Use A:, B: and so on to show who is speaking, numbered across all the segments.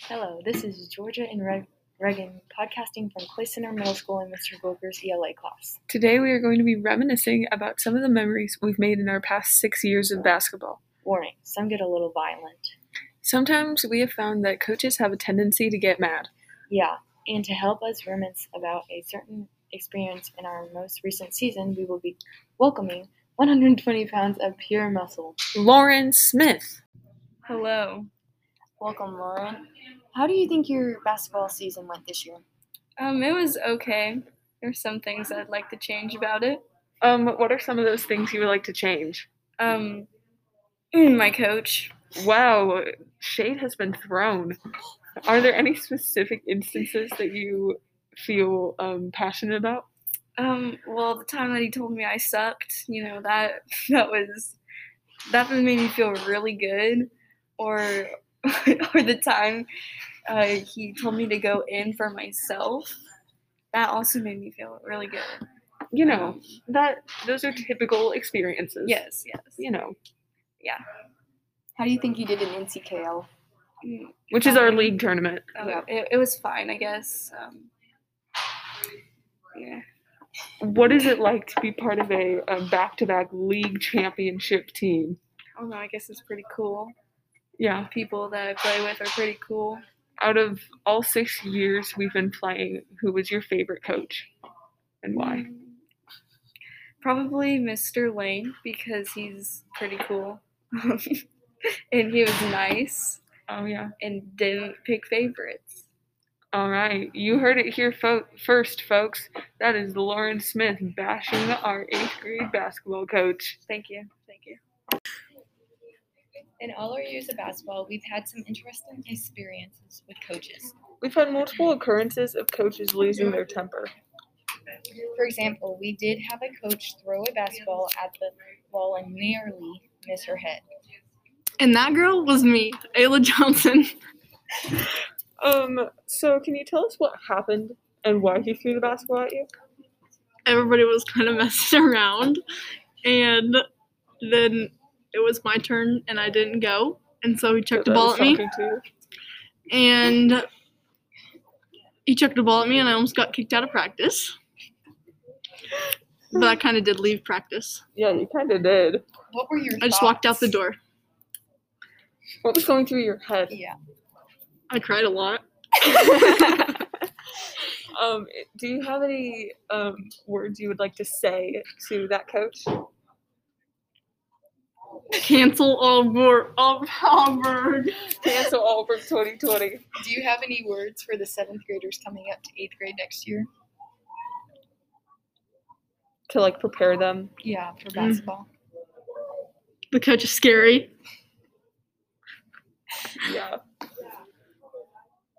A: Hello, this is Georgia and Reg- Regan podcasting from Clay Center Middle School in Mr. Glover's ELA class.
B: Today we are going to be reminiscing about some of the memories we've made in our past six years of basketball.
A: Warning, some get a little violent.
B: Sometimes we have found that coaches have a tendency to get mad.
A: Yeah, and to help us reminisce about a certain experience in our most recent season, we will be welcoming 120 pounds of pure muscle.
B: Lauren Smith.
C: Hello.
A: Welcome, Lauren. How do you think your basketball season went this year?
C: Um, it was okay. There's some things I'd like to change about it.
B: Um, what are some of those things you would like to change?
C: Um, my coach.
B: Wow, shade has been thrown. Are there any specific instances that you feel um, passionate about?
C: Um, well, the time that he told me I sucked, you know that that was that made me feel really good. Or or the time uh, he told me to go in for myself, that also made me feel really good.
B: You know that those are typical experiences.
C: Yes, yes.
B: you know,
A: How do you think you did in NCKL?
C: Mm,
B: which is our
C: um,
B: league tournament.
C: oh,
A: Yeah.
C: it, it was fine, I guess. Um, yeah.
B: What is it like to be part of a, a back-to-back league championship team?
C: I don't know. Oh, I guess it's pretty cool.
B: Yeah,
C: People that I play with are pretty cool.
B: out of all six years we've been playing, who was your favorite coach, and why?
C: Mm, Probably Mr. Lane because he's pretty cool. and he was nice
B: Oh yeah.
C: and didn't pick favorites.
B: All right, you heard it here fo- first, folks. That is Lauren Smith bashing our eighth grade basketball coach.
C: Thank you. Thank you.
D: In all our years of basketball, we've had some interesting experiences with coaches.
B: We've had multiple occurrences of coaches losing their temper.
D: For example, we did have a coach throw a basketball at the wall and nearly miss her head.
E: And that girl was me, Ayla Johnson.
B: Um, so can you tell us what happened and why he threw the basketball at you?
E: Everybody was kind of messing around. And then it was my turn and I didn't go. And so he chucked a
B: That I
E: ball
B: was
E: at me.
B: talking to you.
E: And he chucked a ball at me and I almost got kicked out of practice. But I kind of did leave practice.
B: Yeah, you kind of did.
D: What were your
E: I just walked out the door.
B: What was going through your head?
D: Yeah.
E: I cried a lot.
B: um, do you have any um, words you would like to say to that coach?
E: Cancel Albor- Al- Alberg.
B: Cancel all from 2020.
D: Do you have any words for the seventh graders coming up to eighth grade next year?
B: To like prepare them.
D: Yeah, for
E: Mm.
D: basketball.
E: The coach is scary.
B: Yeah.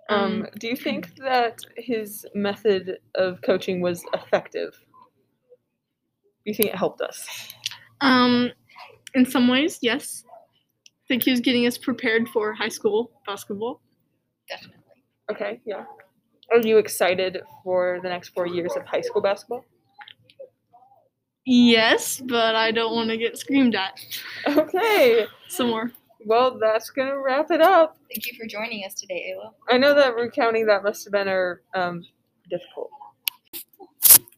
B: Um, do you think that his method of coaching was effective? Do you think it helped us?
E: Um, in some ways, yes. I think he was getting us prepared for high school basketball.
D: Definitely.
B: Okay, yeah. Are you excited for the next four years of high school basketball?
E: Yes, but I don't want to get screamed at
B: Okay.
E: some more.
B: Well, that's gonna wrap it up.
D: Thank you for joining us today, Ayla.
B: I know that recounting that must have been our um, difficult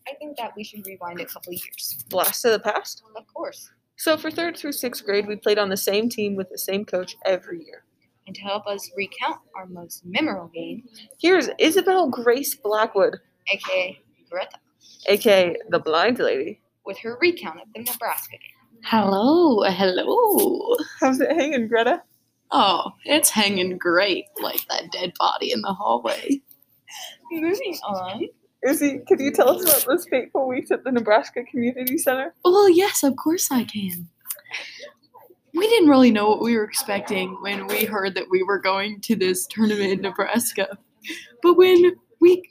D: I think that we should rewind a couple years.
B: blast of the past.
D: Of course.
B: So for third through sixth grade, we played on the same team with the same coach every year.
D: And to help us recount our most memorable game,
B: Here's Isabel Grace Blackwood,
D: aka Greta,
B: aka the blind lady.
D: with her recount of the Nebraska game.
F: Hello, hello.
B: How's it hanging, Greta?
F: Oh, it's hanging great, like that dead body in the hallway.
D: Moving on.
B: Izzy, could you tell us about those fateful weeks at the Nebraska Community Center?
F: Well, yes, of course I can. We didn't really know what we were expecting when we heard that we were going to this tournament in Nebraska. But when we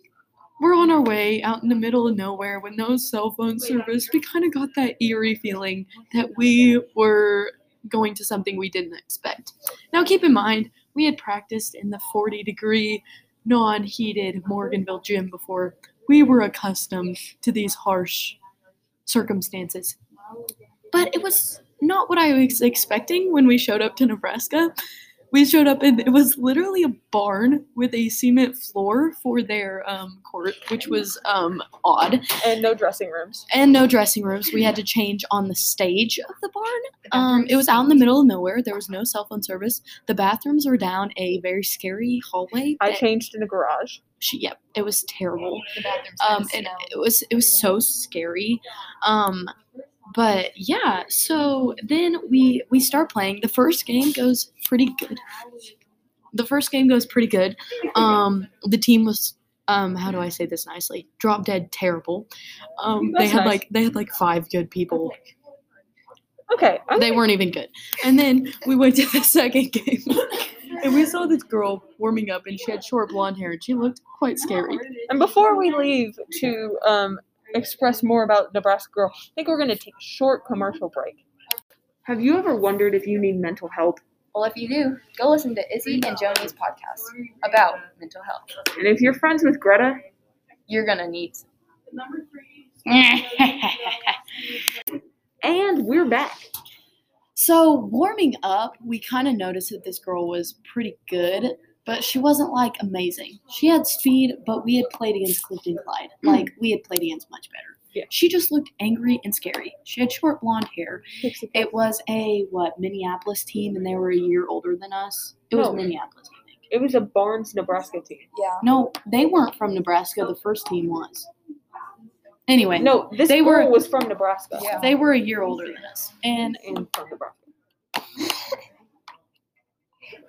F: were on our way out in the middle of nowhere with no cell phone service, we kind of got that eerie feeling that we were going to something we didn't expect. Now, keep in mind, we had practiced in the 40 degree, non heated Morganville gym before. We were accustomed to these harsh circumstances. But it was not what I was expecting when we showed up to Nebraska. we showed up and it was literally a barn with a cement floor for their um, court, which was um, odd.
B: and no dressing rooms.
F: And no dressing rooms. We had to change on the stage of the barn. Um, it was out in the middle of nowhere. There was no cell phone service. The bathrooms were down a very scary hallway.
B: I
F: that-
B: changed in a garage.
F: she, yep, it was terrible.
D: The bathrooms
F: Um,
D: had
F: and
D: snow.
F: it was it was so scary. Um, but yeah, so then we we start playing. The first game goes pretty good. The first game goes pretty good. Um, the team was um, how do I say this nicely? Drop dead terrible. Um, they
B: That's
F: had
B: nice.
F: like they had like five good people.
B: Okay, I'm
F: They weren't even good. And then we went to the second game. And we saw this girl warming up, and she had short blonde hair, and she looked quite scary.
B: And before we leave to um, express more about Nebraska Girl, I think we're going to take a short commercial break. Have you ever wondered if you need mental help?
D: Well, if you do, go listen to Izzy and Joni's podcast about mental health.
B: And if you're friends with Greta,
D: You're gonna need.
B: and we're back.
F: So warming up, we kind of noticed that this girl was pretty good, but she wasn't like amazing. She had speed, but we had played against Clifton Clyde.
D: Hmm.
F: Like we had played against much better.
B: Yeah.
F: She just looked angry and scary. She had short blonde hair. It was a what Minneapolis team, and they were a year older than us. It was
B: No.
F: Minneapolis, I think.
B: It was a Barnes, Nebraska team.
D: Yeah.
F: No, they weren't from Nebraska. The first team was. Anyway,
B: No, this
F: They
B: girl
F: were-
B: was from Nebraska.
D: Yeah.
F: they were a year older than us, and
B: And from Nebraska.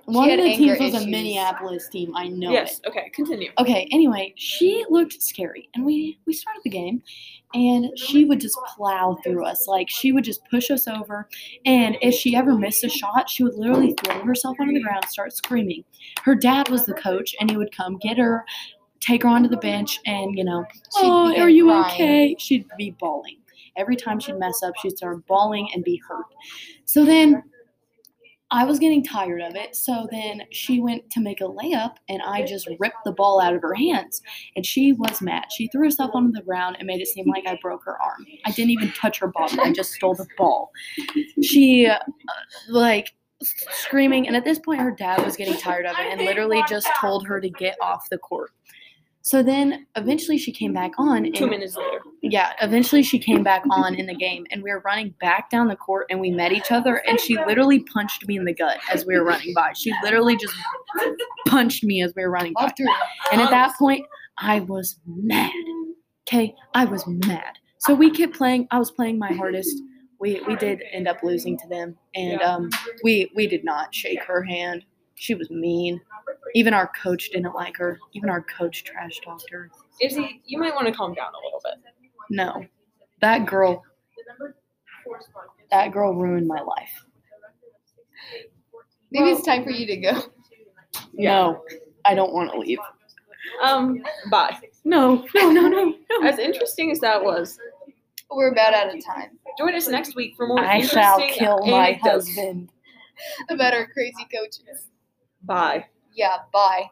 F: one of
D: had
F: the
D: anger
F: teams was a
D: issues.
F: Minneapolis team. I know it.
B: yes, okay, continue.
F: Okay, anyway, she looked scary and we we started the game and she would just plow through us. Like she would just push us over and if she ever missed a shot, she would literally throw herself onto the ground, start screaming. Her dad was the coach and he would come get her, take her onto the bench and, you know,
D: She'd
F: "Oh,
D: begin
F: are you
D: crying.
F: okay?" She'd be bawling. Every time she'd mess up, she'd start bawling and be hurt. So then I was getting tired of it. So then she went to make a layup, and I just ripped the ball out of her hands. And she was mad. She threw herself onto the ground and made it seem like I broke her arm. I didn't even touch her body, I just stole the ball. She, uh, like, screaming. And at this point, her dad was getting tired of it and literally just told her to get off the court. So then eventually she came back on. And
B: Two minutes later.
F: yeah, eventually she came back on in the game, and we were running back down the court, and we met each other, and she literally punched me in the gut as we were running by. She literally just punched me as we were running by.
D: Loved her.
F: And at that point, I was mad. Okay, I was mad. So we kept playing. I was playing my hardest. We we did end up losing to them, and um, we we did not shake her hand. She was mean. Even our coach didn't like her. Even our coach trash talked her.
B: Izzy, you might want to calm down a little bit.
F: No. That girl. That girl ruined my life.
D: Maybe it's time for you to go.
F: No, I don't want to leave.
B: Um, bye.
F: No, no, no, no.
B: As interesting as that was,
D: We're about out of time.
B: join us next week for more
F: I
B: interesting
F: shall kill my
B: anecdotes.
F: husband.
D: About our crazy coaches.
B: Bye.
D: Yeah. Bye.